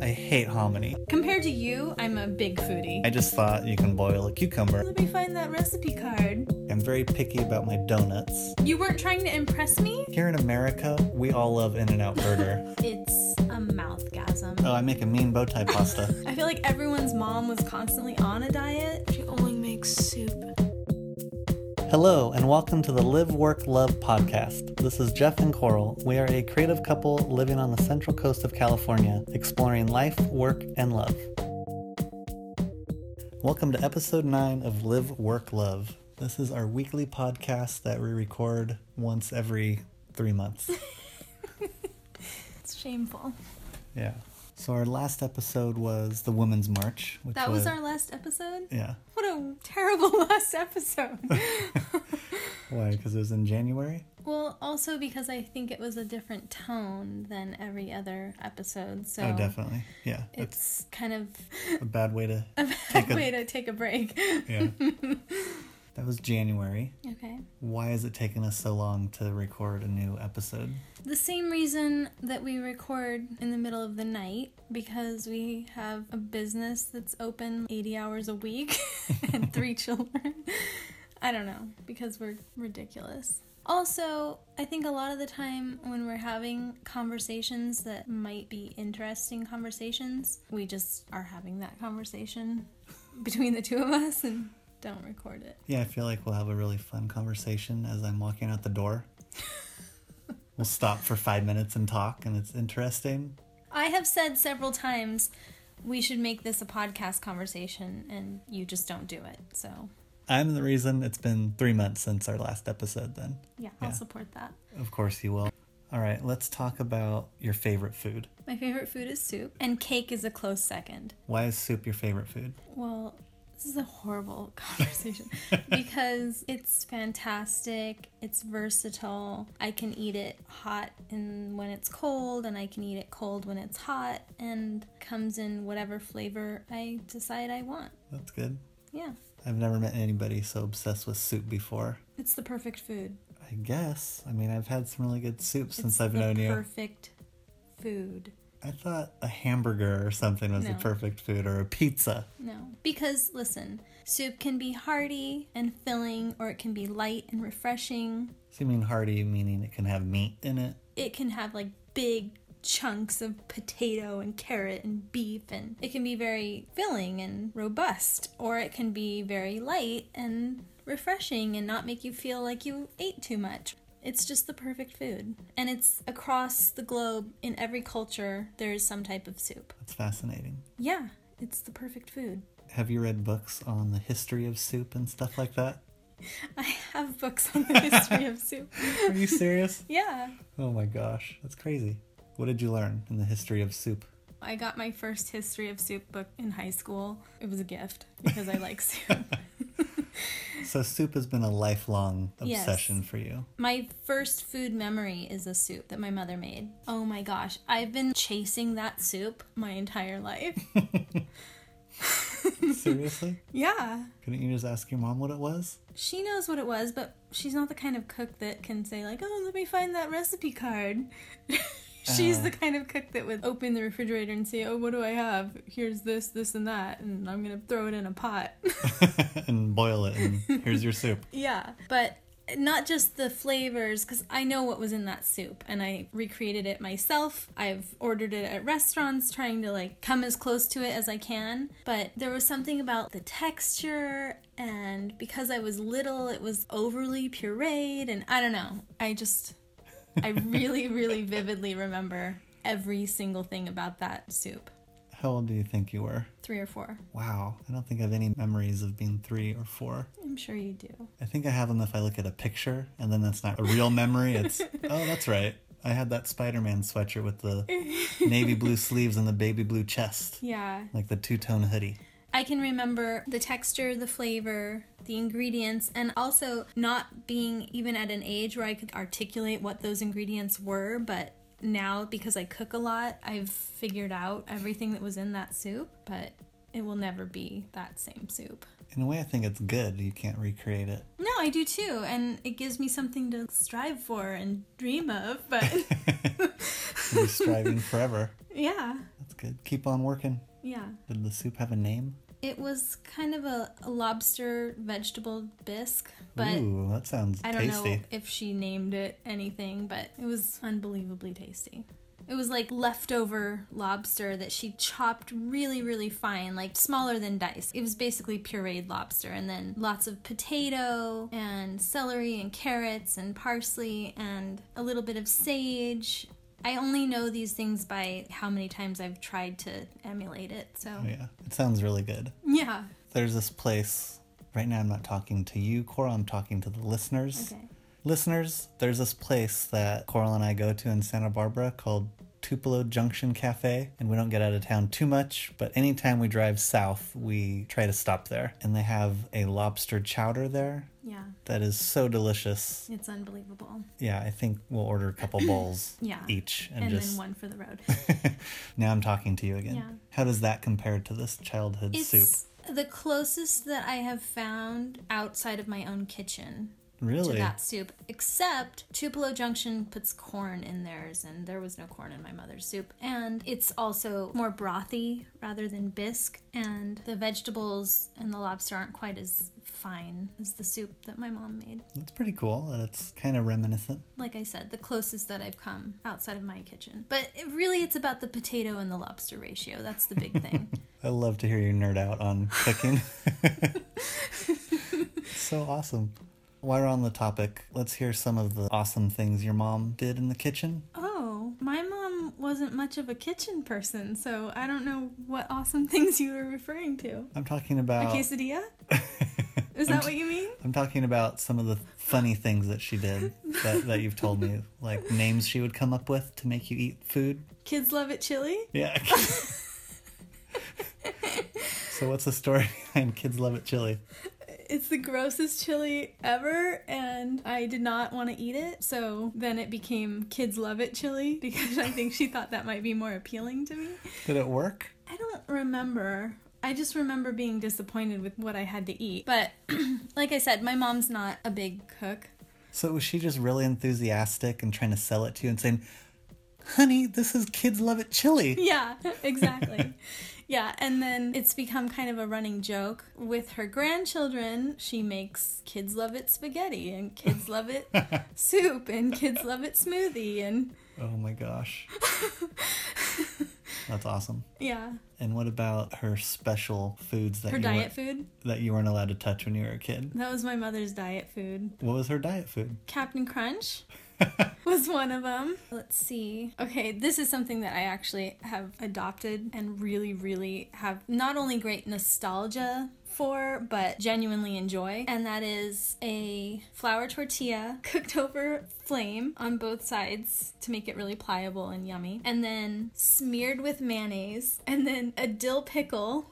I hate hominy. Compared to you, I'm a big foodie. I just thought you can boil a cucumber. Let me find that recipe card. I'm very picky about my donuts. You weren't trying to impress me? Here in America, we all love In N Out Burger. It's a mouthgasm. oh, I make a mean bow tie pasta. I feel like everyone's mom was constantly on a diet. She only makes soup. Hello, and welcome to the Live, Work, Love podcast. This is Jeff and Coral. We are a creative couple living on the central coast of California, exploring life, work, and love. Welcome to episode 9 of Live, Work, Love. This is our weekly podcast that we record once every three months. It's shameful. yeah. So, our last episode was the Women's March. Which That was our last episode? Yeah. What a terrible last episode. Why? Because it was in January? well, also because I think it was a different tone than every other episode. So Oh, definitely. Yeah. It's it's kind of a bad way to. a Take bad a- way to take a break. Yeah. that was January. Okay. Why has it taken us so long to record a new episode? The same reason that we record in the middle of the night because we have a business that's open 80 hours a week and three children. I don't know, because we're ridiculous. Also, I think a lot of the time when we're having conversations that might be interesting conversations, we just are having that conversation between the two of us and don't record it. Yeah, I feel like we'll have a really fun conversation as I'm walking out the door. we'll stop for five minutes and talk, and it's interesting. I have said several times we should make this a podcast conversation, and you just don't do it. So, I'm the reason it's been three months since our last episode, then. yeah, Yeah. I'll support that. Of course, you will. All right, let's talk about your favorite food. My favorite food is soup, and cake is a close second. Why is soup your favorite food? Well, this is a horrible conversation because it's fantastic, it's versatile. I can eat it hot and when it's cold, and I can eat it cold when it's hot, and comes in whatever flavor I decide I want. That's good. Yeah, I've never met anybody so obsessed with soup before. it's the perfect food. I guess. I mean, I've had some really good soup since It's I've the known you. perfect food. I thought a hamburger or something was No. the perfect food or a pizza. No. Because, listen, soup can be hearty and filling, or it can be light and refreshing. So you mean hearty, meaning it can have meat in it? It can have like big chunks of potato and carrot and beef, and it can be very filling and robust, or it can be very light and refreshing and not make you feel like you ate too much. It's just the perfect food. And it's across the globe in every culture, there's some type of soup. That's fascinating. Yeah, it's the perfect food. Have you read books on the history of soup and stuff like that? I have books on the history of soup. Are you serious? Yeah. oh my gosh, that's crazy. What did you learn in the history of soup? I got my first history of soup book in high school. It was a gift because I like soup. So soup has been a lifelong Yes. obsession for you. my first food memory is a soup that my mother made. Oh my gosh, I've been chasing that soup my entire life. Seriously? yeah. Couldn't you just ask your mom what it was? She knows what it was, but she's not the kind of cook that can say like, "Oh, let me find that recipe card." she's Oh. the kind of cook that would open the refrigerator and say, "Oh, what do I have? Here's this, this and that, and I'm going to throw it in a pot." and boil it, and here's your soup. Yeah, but not just the flavors, because I know what was in that soup and I recreated it myself. I've ordered it at restaurants, trying to like come as close to it as I can. But there was something about the texture, and because I was little, it was overly pureed, and I don't know. I just, I really, really vividly remember every single thing about that soup. How old do you think you were? Three or four. Wow, I don't think I have any memories of being three or four. I'm sure you do. I think I have them if I look at a picture, and then that's not a real memory. It's, oh, that's right. I had that Spider Man sweatshirt with the navy blue sleeves and the baby blue chest, Yeah, like the two tone hoodie. I can remember the texture, the flavor, the ingredients, and also not being even at an age where I could articulate what those ingredients were, but now because I cook a lot, I've figured out everything that was in that soup, but it will never be that same soup. In a way, I think it's good. You can't recreate it. No, I do too, and it gives me something to strive for and dream of, but You'll be striving forever. yeah. That's good. Keep on working. Yeah. Did the soup have a name? It was kind of a, a lobster vegetable bisque, but Ooh, that sounds I don't tasty. know if she named it anything, but it was unbelievably tasty. It was like leftover lobster that she chopped really, really fine, like smaller than dice. It was basically pureed lobster, and then lots of potato and celery and carrots and parsley and a little bit of sage. I only know these things by how many times I've tried to emulate it. So, Oh, yeah, it sounds really good. yeah. There's this place. Right now, I'm not talking to you, Coral. I'm talking to the listeners. Okay. Listeners, there's this place that Coral and I go to in Santa Barbara called Tupelo Junction Cafe, and we don't get out of town too much, but anytime we drive south, we try to stop there. And they have a lobster chowder there Yeah. that is so delicious. It's unbelievable. Yeah, I think we'll order a couple bowls Yeah. each and, And just then one for the road. now I'm talking to you again. Yeah. How does that compare to this childhood soup? It's the closest that I have found outside of my own kitchen to Really? that soup, except Tupelo Junction puts corn in theirs, and there was no corn in my mother's soup. And it's also more brothy rather than bisque, and the vegetables and the lobster aren't quite as fine as the soup that my mom made. That's pretty cool. and It's kind of reminiscent. Like I said, the closest that I've come outside of my kitchen. But it, really, it's about the potato and the lobster ratio. That's the big thing. I love to hear you nerd out on cooking. It's so awesome. While we're on the topic, let's hear some of the awesome things your mom did in the kitchen. Oh, my mom wasn't much of a kitchen person, so I don't know what awesome things you were referring to. I'm talking A about quesadilla? Is that what you mean? I'm talking about some of the funny things that she did that, that you've told me, like names she would come up with to make you eat food. Kids love it chili? Yeah. so what's the story behind kids love it chili? It's the grossest chili ever, and I did not want to eat it, so then it became kids love it chili because I think she thought that might be more appealing to me. Did it work? I don't remember. I just remember being disappointed with what I had to eat. But like I said, my mom's not a big cook. So was she just really enthusiastic and trying to sell it to you and saying, "Honey, this is kids love it chili." Yeah, exactly. yeah, and then it's become kind of a running joke. With her grandchildren, she makes kids love it spaghetti and kids love it soup and kids love it smoothie and Oh my gosh. That's awesome. yeah, And what about her special foods that her you diet weren't- food. that you weren't allowed to touch when you were a kid? That was my mother's diet food. What was her diet food? Captain Crunch was one of them. Let's see. Okay, this is something that I actually have adopted and really, really have not only great nostalgia for, but genuinely enjoy. And that is a flour tortilla cooked over flame on both sides to make it really pliable and yummy. And then smeared with mayonnaise. And then a dill pickle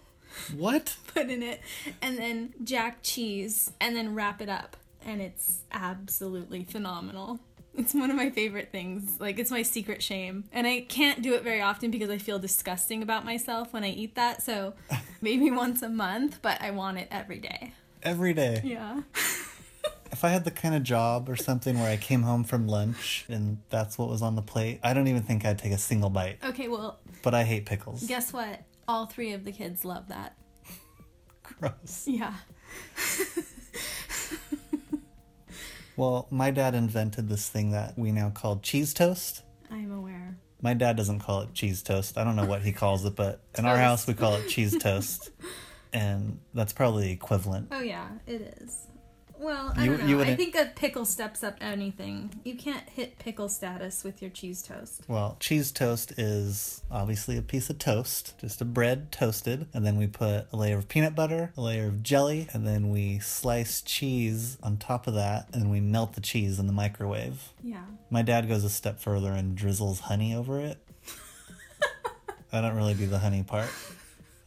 What? put in it, and then jack cheese, and then wrap it up. And it's absolutely phenomenal. It's one of my favorite things. Like, it's my secret shame. And I can't do it very often because I feel disgusting about myself when I eat that. So maybe once a month, but I want it every day. Every day. Yeah. If I had the kind of job or something where I came home from lunch and that's what was on the plate, I don't even think I'd take a single bite. Okay, well, But I hate pickles. guess what? All three of the kids love that. Gross. Yeah. Well, my dad invented this thing that we now call cheese toast. I'm aware. My dad doesn't call it cheese toast. I don't know what he calls it, but in our Toast. house we call it cheese toast. And that's probably equivalent. Oh, yeah, it is. Well, I You- don't you know. I wouldn't- think a pickle steps up anything. You can't hit pickle status with your cheese toast. Well, cheese toast is obviously a piece of toast, just a bread toasted, and then we put a layer of peanut butter, a layer of jelly, and then we slice cheese on top of that, and we melt the cheese in the microwave. Yeah. My dad goes a step further and drizzles honey over it. I don't really do the honey part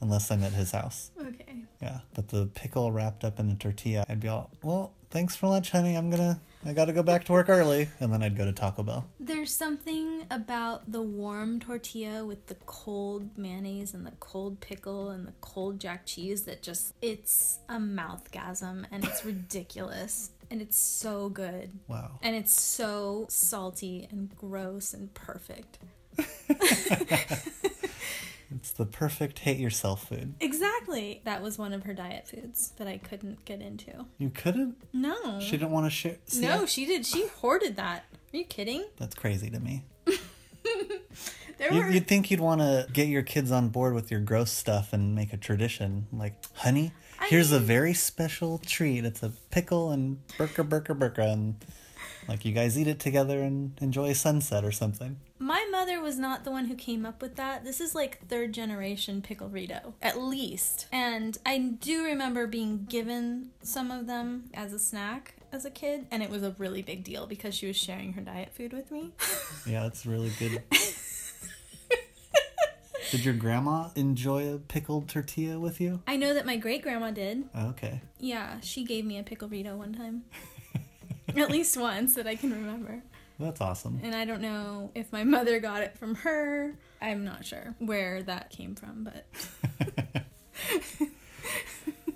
unless I'm at his house. Okay. Yeah, but the pickle wrapped up in a tortilla, I'd be all, well, thanks for lunch, honey. I'm gonna, I gotta go back to work early. And then I'd go to Taco Bell. There's something about the warm tortilla with the cold mayonnaise and the cold pickle and the cold jack cheese that just it's a mouthgasm and it's ridiculous and it's so good Wow. and it's so salty and gross and perfect. the perfect hate yourself food. Exactly. That was one of her diet foods that I couldn't get into. You couldn't? No. She didn't want to share. see no, it? she did. She hoarded that. Are you kidding? That's crazy to me. There You, were you'd think you'd want to get your kids on board with your gross stuff and make a tradition. Like, honey, I here's a mean- very special treat. It's a pickle and burka, burka, burka. And like, you guys eat it together and enjoy a sunset or something. My mother was not the one who came up with that. This is like third generation pickle Rito, at least. And I do remember being given some of them as a snack as a kid, and it was a really big deal because she was sharing her diet food with me. Yeah, that's really good. Did your grandma enjoy a pickled tortilla with you? I know that my great grandma did. Okay. Yeah, she gave me a pickle Rito one time. at least once that I can remember. That's awesome. And I don't know if my mother got it from her. I'm not sure where that came from, but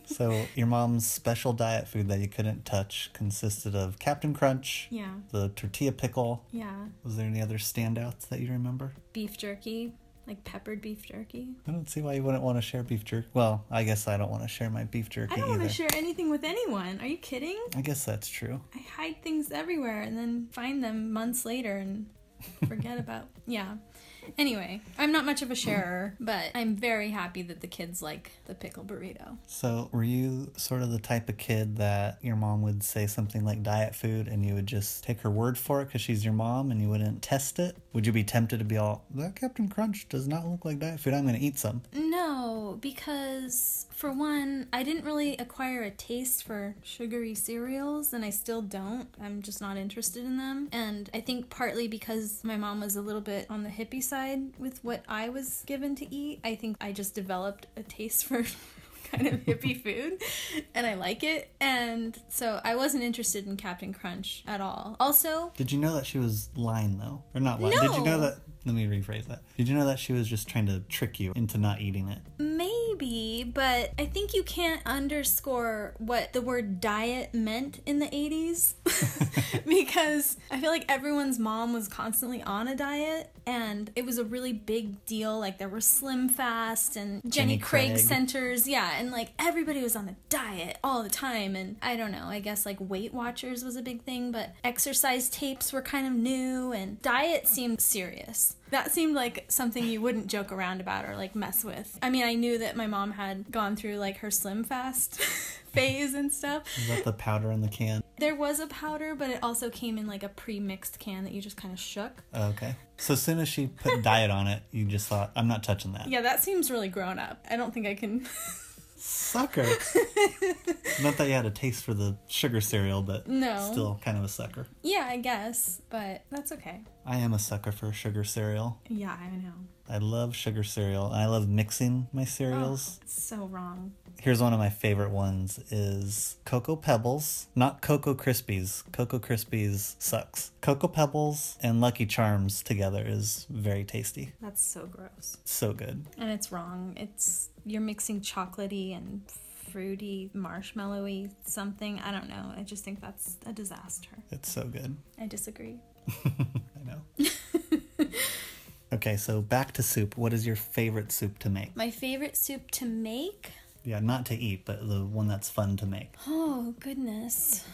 So, your mom's special diet food that you couldn't touch consisted of Captain Crunch, yeah. the tortilla pickle. Yeah. Was there any other standouts that you remember? Beef jerky, like peppered beef jerky. I don't see why you wouldn't want to share beef jerky. Well, I guess I don't want to share my beef jerky I don't want either. to share anything with anyone. Are you kidding? I guess that's true. I hide things everywhere and then find them months later and forget about. Yeah. Anyway, I'm not much of a sharer, but I'm very happy that the kids like the pickle burrito. So, were you sort of the type of kid that your mom would say something like diet food and you would just take her word for it because she's your mom and you wouldn't test it? Would you be tempted to be all, that Captain Crunch does not look like diet food. I'm going to eat some. No, because for one, I didn't really acquire a taste for sugary cereals, and I still don't. I'm just not interested in them. And I think partly because my mom was a little bit on the hippie side with what I was given to eat, I think I just developed a taste for. kind of hippie food and I like it and so I wasn't interested in Captain Crunch at all. Also, Did you know that she was lying though? Or not lying? Did you know No. that? Let me rephrase that. Did you know that she was just trying to trick you into not eating it? Maybe, but I think you can't underscore what the word diet meant in the 80s because I feel like everyone's mom was constantly on a diet and it was a really big deal. Like there were Slim Fast and Jenny, Jenny Craig, Craig. centers, yeah, and like everybody was on a diet all the time. And I don't know, I guess like Weight Watchers was a big thing, but exercise tapes were kind of new and diet seemed serious. That seemed like something you wouldn't joke around about or like mess with. I mean, I knew that my mom had gone through like her slim fast phase and stuff. Is that the powder in the can? There was a powder, but it also came in like a pre mixed can that you just kind of shook. Oh, okay. So as soon as she put diet on it, you just thought, I'm not touching that. Yeah, that seems really grown up. I don't think I can. Sucker. not that you had a taste for the sugar cereal, but No. still kind of a sucker. Yeah, I guess, but that's okay. I am a sucker for sugar cereal. Yeah, I know. I love sugar cereal and I love mixing my cereals. Oh, It's so wrong. Here's one of my favorite ones is Cocoa Pebbles, not Cocoa Krispies. Cocoa Krispies sucks. Cocoa Pebbles and Lucky Charms together is very tasty. That's so gross. So good. And it's wrong. It's you're mixing chocolatey and fruity, marshmallowy something. I don't know. I just think that's a disaster. It's so good. I disagree. I know. okay, so back to soup. What is your favorite soup to make? My favorite soup to make? Yeah, not to eat, but the one that's fun to make. Oh, goodness.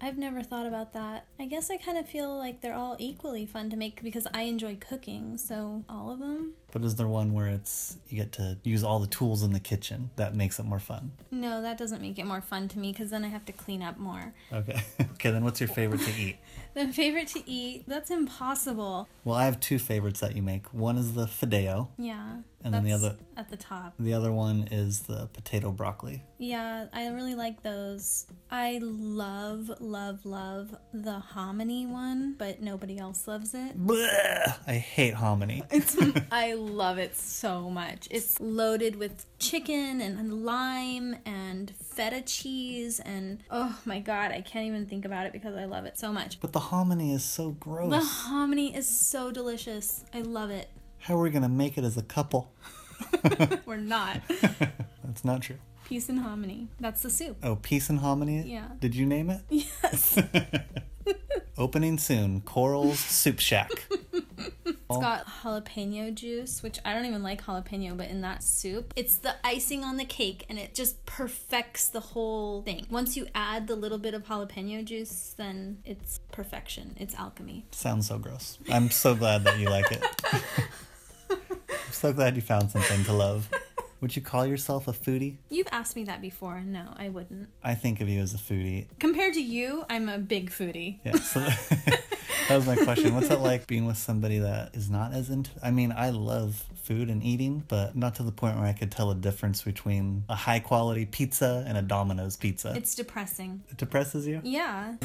I've never thought about that. I guess I kind of feel like they're all equally fun to make because I enjoy cooking, so all of them. But is there one where it's you get to use all the tools in the kitchen that makes it more fun? No, that doesn't make it more fun to me because then I have to clean up more. Okay. okay, then what's your favorite to eat? The favorite to eat? That's impossible. Well, I have two favorites that you make. One is the fideo, Yeah. And then the that's other- at the top. The other one is the potato broccoli. Yeah, I really like those. I love, love, love the hominy one, but nobody else loves it. Blech! I hate hominy. It's, I love it so much. It's loaded with chicken and lime and feta cheese and oh my god, I can't even think about it because I love it so much. But the hominy is so gross. The hominy is so delicious. I love it. How are we gonna make it as a couple? We're not. That's not true. Peace and hominy. That's the soup. Oh, peace and hominy. Yeah. Did you name it? Yes. Opening soon. Coral's Soup Shack. It's got jalapeno juice, which I don't even like jalapeno, but in that soup, it's the icing on the cake and it just perfects the whole thing. Once you add the little bit of jalapeno juice, then it's perfection. It's alchemy. Sounds so gross. I'm so glad that you like it. I'm so glad you found something to love. Would you call yourself a foodie? You've asked me that before. No, I wouldn't. I think of you as a foodie. Compared to you, I'm a big foodie. Yeah. So that was my question. What's it like being with somebody that is not as into? I mean, I love food and eating, but not to the point where I could tell a difference between a high quality pizza and a Domino's pizza. It's depressing. it depresses you. Yeah.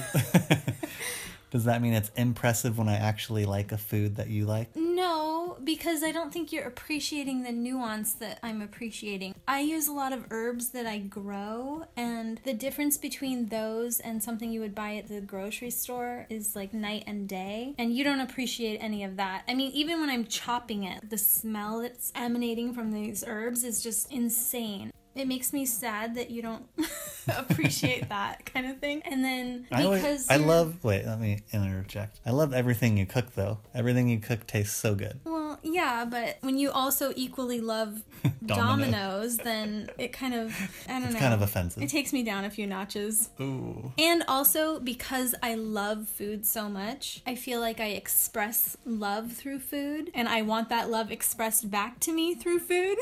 Does that mean it's impressive when I actually like a food that you like? No, because I don't think you're appreciating the nuance that I'm appreciating. I use a lot of herbs that I grow, and the difference between those and something you would buy at the grocery store is like night and day, and you don't appreciate any of that. I mean, even when I'm chopping it, the smell that's emanating from these herbs is just insane. It makes me sad that you don't appreciate that kind of thing. And then I, always- because I you're- love. Wait, let me interject. I love everything you cook, though. Everything you cook tastes so good. Well, yeah, but when you also equally love Domino. dominoes, then it kind of I don't know. Kind of offensive. It takes me down a few notches. Ooh. And also because I love food so much, I feel like I express love through food and I want that love expressed back to me through food.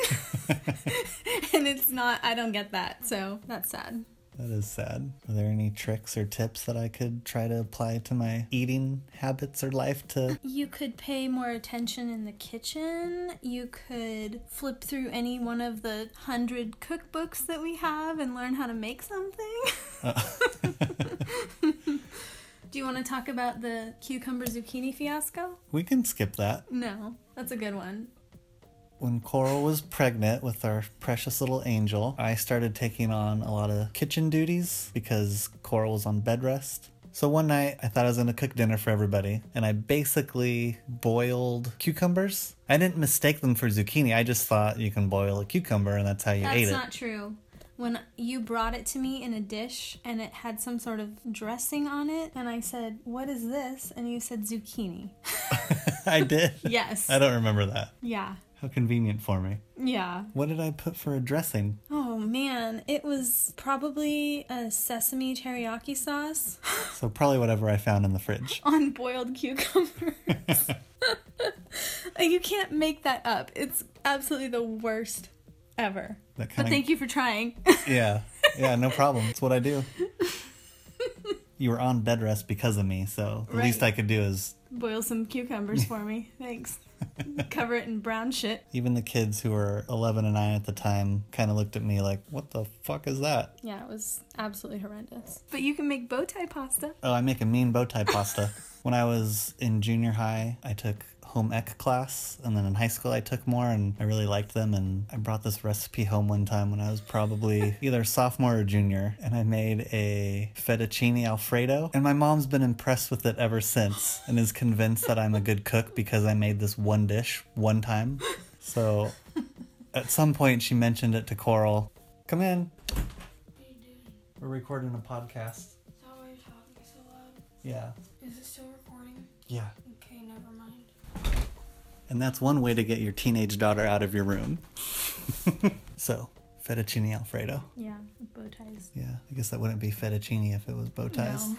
and it's not I don't get that. So, that's sad. That is sad. Are there any tricks or tips that I could try to apply to my eating habits or life to? You could pay more attention in the kitchen. You could flip through any one of the hundred cookbooks that we have and learn how to make something. Do you want to talk about the cucumber zucchini fiasco? We can skip that. No, that's a good one. When Coral was pregnant with our precious little angel, I started taking on a lot of kitchen duties because Coral was on bed rest. So one night, I thought I was gonna cook dinner for everybody, and I basically boiled cucumbers. I didn't mistake them for zucchini. I just thought you can boil a cucumber, and that's how you ate it. That's not true. When you brought it to me in a dish and it had some sort of dressing on it, and I said, What is this? And you said, Zucchini. I did. Yes. I don't remember that. Yeah. How convenient for me. Yeah. What did I put for a dressing? Oh man, it was probably a sesame teriyaki sauce So probably whatever I found in the fridge. on boiled cucumbers. Like, you can't make that up. It's absolutely the worst ever. That But kind thank you for trying. Yeah. Yeah, no problem. It's what I do. you were on bed rest because of me, so the least Right. I could do is Boil some cucumbers for me. Thanks. Cover it in brown shit. even the kids who were 11 and I at the time kind of looked at me like, "What the fuck is that?" Yeah, it was absolutely horrendous. But you can make bow tie pasta. Oh, I make a mean bow tie pasta. when I was in junior high, I took home ec class, and then in high school I took more, and I really liked them. And I brought this recipe home one time when I was probably either sophomore or junior, and I made a fettuccine alfredo. And my mom's been impressed with it ever since, and is convinced that I'm a good cook because I made this one dish one time. So, at some point, she mentioned it to Coral. Come in. What are you doing? We're recording a podcast. Is that why you're talking so loud? Yeah. Is it still recording? Yeah. Okay, never mind. And that's one way to get your teenage daughter out of your room. so, fettuccine alfredo. Yeah, bow ties. Yeah, I guess that wouldn't be fettuccine if it was bow ties. No.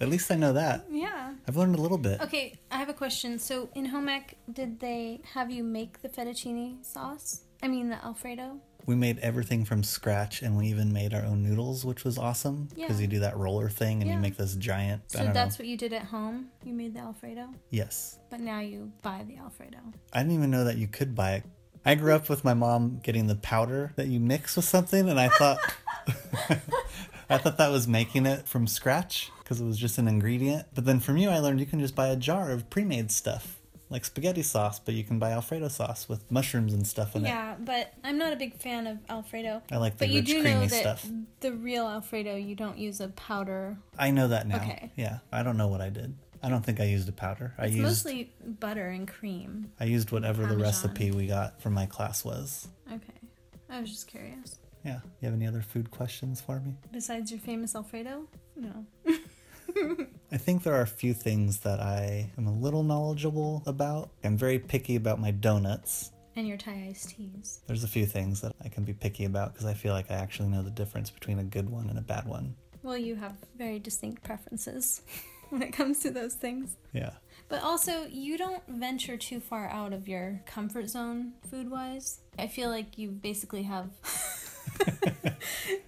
At least I know that. Yeah. I've learned a little bit. Okay, I have a question. So in home ec, did they have you make the fettuccine sauce? I mean the Alfredo? We made everything from scratch and we even made our own noodles, which was awesome because Yeah. you do that roller thing and you Yeah. make this giant. I So don't that's know. what you did at home? You made the Alfredo? Yes. But now you buy the Alfredo. I didn't even know that you could buy it. I grew up with my mom getting the powder that you mix with something, and I thought, I thought that was making it from scratch because it was just an ingredient. But then from you, I learned you can just buy a jar of pre-made stuff like spaghetti sauce, but you can buy Alfredo sauce with mushrooms and stuff in it. Yeah, but I'm not a big fan of Alfredo. I like the but you rich, do creamy know that stuff. the real Alfredo, you don't use a powder. I know that now. Okay. Yeah, I don't know what I did. I don't think I used a powder. I It's used mostly butter and cream. I used whatever the Parmesan. recipe we got from my class was. Okay. I was just curious. Yeah. You have any other food questions for me? Besides your famous Alfredo? No. I think there are a few things that I am a little knowledgeable about. I'm very picky about my donuts. and your Thai iced teas. There's a few things that I can be picky about because I feel like I actually know the difference between a good one and a bad one. Well, you have very distinct preferences when it comes to those things. Yeah. But also, you don't venture too far out of your comfort zone food wise. I feel like you basically have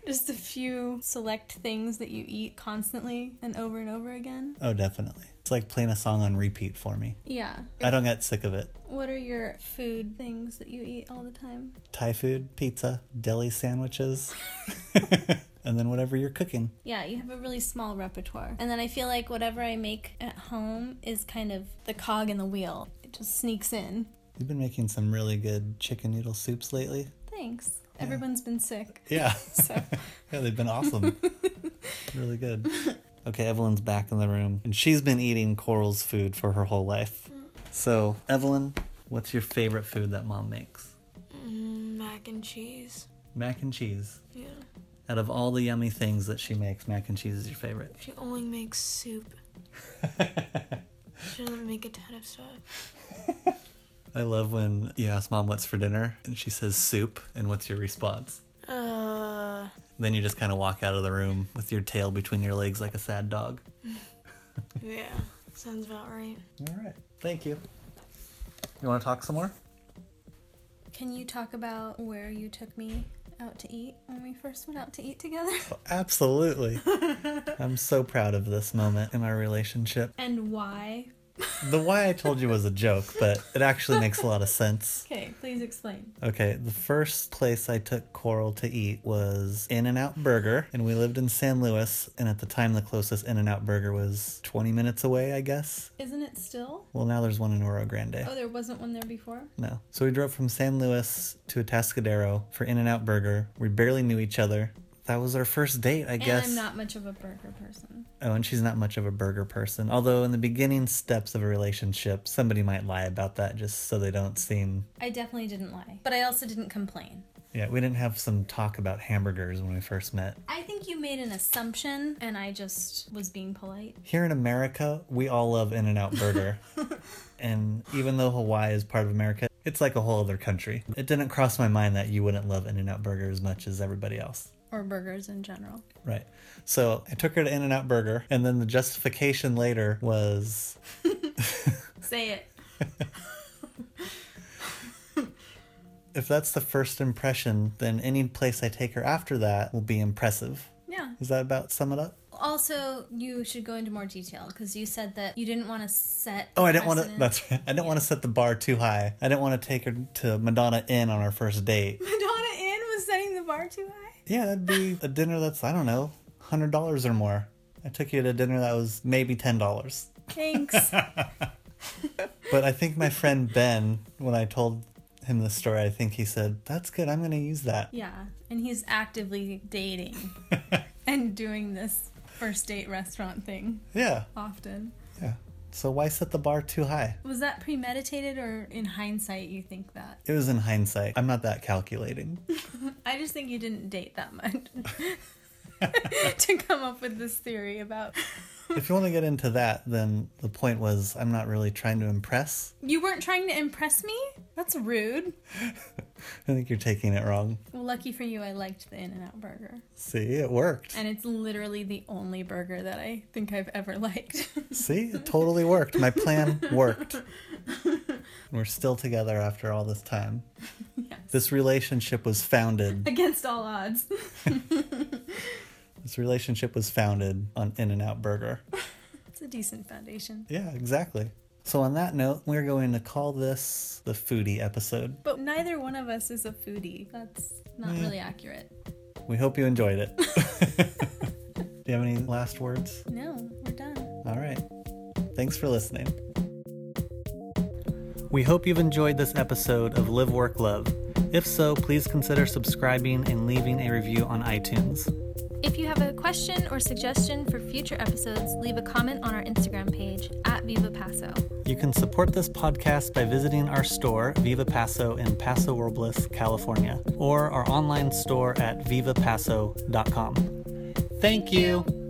just a few select things that you eat constantly and over and over again. Oh, definitely. It's like playing a song on repeat for me. Yeah. I don't get sick of it. What are your food things that you eat all the time? Thai food, pizza, deli sandwiches, and then whatever you're cooking. Yeah, you have a really small repertoire. And then I feel like whatever I make at home is kind of the cog in the wheel, it just sneaks in. You've been making some really good chicken noodle soups lately. Thanks. Everyone's been sick. Yeah. So, Yeah, they've been awesome. really good. Okay, Evelyn's back in the room and she's been eating Coral's food for her whole life. So, Evelyn, what's your favorite food that mom makes? Mm, mac and cheese. Mac and cheese. Yeah. Out of all the yummy things that she makes, mac and cheese is your favorite. She only makes soup. she doesn't make a ton of stuff. I love when you ask mom what's for dinner and she says soup, and what's your response? Uh, Then you just kind of walk out of the room with your tail between your legs like a sad dog. yeah. Sounds about right. All right. Thank you. You want to talk some more? can you talk about where you took me out to eat when we first went out to eat together? Absolutely. I'm so proud of this moment in our relationship. And why? The why I told you was a joke, but it actually makes a lot of sense. Okay, please explain. Okay, the first place I took Coral to eat was In N Out Burger, and we lived in San Luis, and at the time, the closest In N Out Burger was 20 minutes away, I guess. Isn't it still? Well, now there's one in Oro Grande. Oh, there wasn't one there before? No. So we drove from San Luis to Atascadero for In N Out Burger. We barely knew each other. That was our first date, I guess. And I'm not much of a burger person. Oh, and she's not much of a burger person. Although, in the beginning steps of a relationship, somebody might lie about that just so they don't seem. I definitely didn't lie, but I also didn't complain. Yeah, we didn't have some talk about hamburgers when we first met. I think you made an assumption, and I just was being polite. Here in America, we all love In N Out Burger. and even though Hawaii is part of America, it's like a whole other country. It didn't cross my mind that you wouldn't love In N Out Burger as much as everybody else. Or burgers in general. Right. So I took her to In N Out Burger, and then the justification later was Say it. if that's the first impression, then any place I take her after that will be impressive. Yeah. Is that about sum it up? Also, you should go into more detail because you said that you didn't want to set. Oh, I didn't want to. precedent. That's right. I didn't want to set the bar too high. I didn't want to take her to Madonna Inn on our first date. Madonna Inn was setting the bar too high. Yeah, that'd be a dinner that's I don't know, hundred dollars or more. I took you to dinner that was maybe ten dollars. Thanks. But I think my friend Ben, when I told him this story, I think he said, "That's good. I'm going to use that." yeah, and he's actively dating and doing this first date restaurant thing Yeah, often. yeah. So why set the bar too high? Was that premeditated or in hindsight you think that? It was in hindsight. I'm not that calculating. I just think you didn't date that much to come up with this theory about if you want to get into that, then the point was I'm not really trying to impress. You weren't trying to impress me? That's rude. I think you're taking it wrong. Well, lucky for you, I liked the In N Out burger. See, it worked. And it's literally the only burger that I think I've ever liked. See, it totally worked. My plan worked. We're still together after all this time. Yes. This relationship was founded. Against all odds. This relationship was founded on In and Out Burger. It's a decent foundation. Yeah, exactly. So on that note, we're going to call this the foodie episode. But neither one of us is a foodie. That's not really accurate. We hope you enjoyed it. Do you have any last words? No, we're done. All right. Thanks for listening. We hope you've enjoyed this episode of Live Work Love. If so, please consider subscribing and leaving a review on iTunes. If you have a question or suggestion for future episodes, leave a comment on our Instagram page at Viva Paso. You can support this podcast by visiting our store, Viva Paso in Paso Robles, California, or our online store at vivapaso.com. Thank you.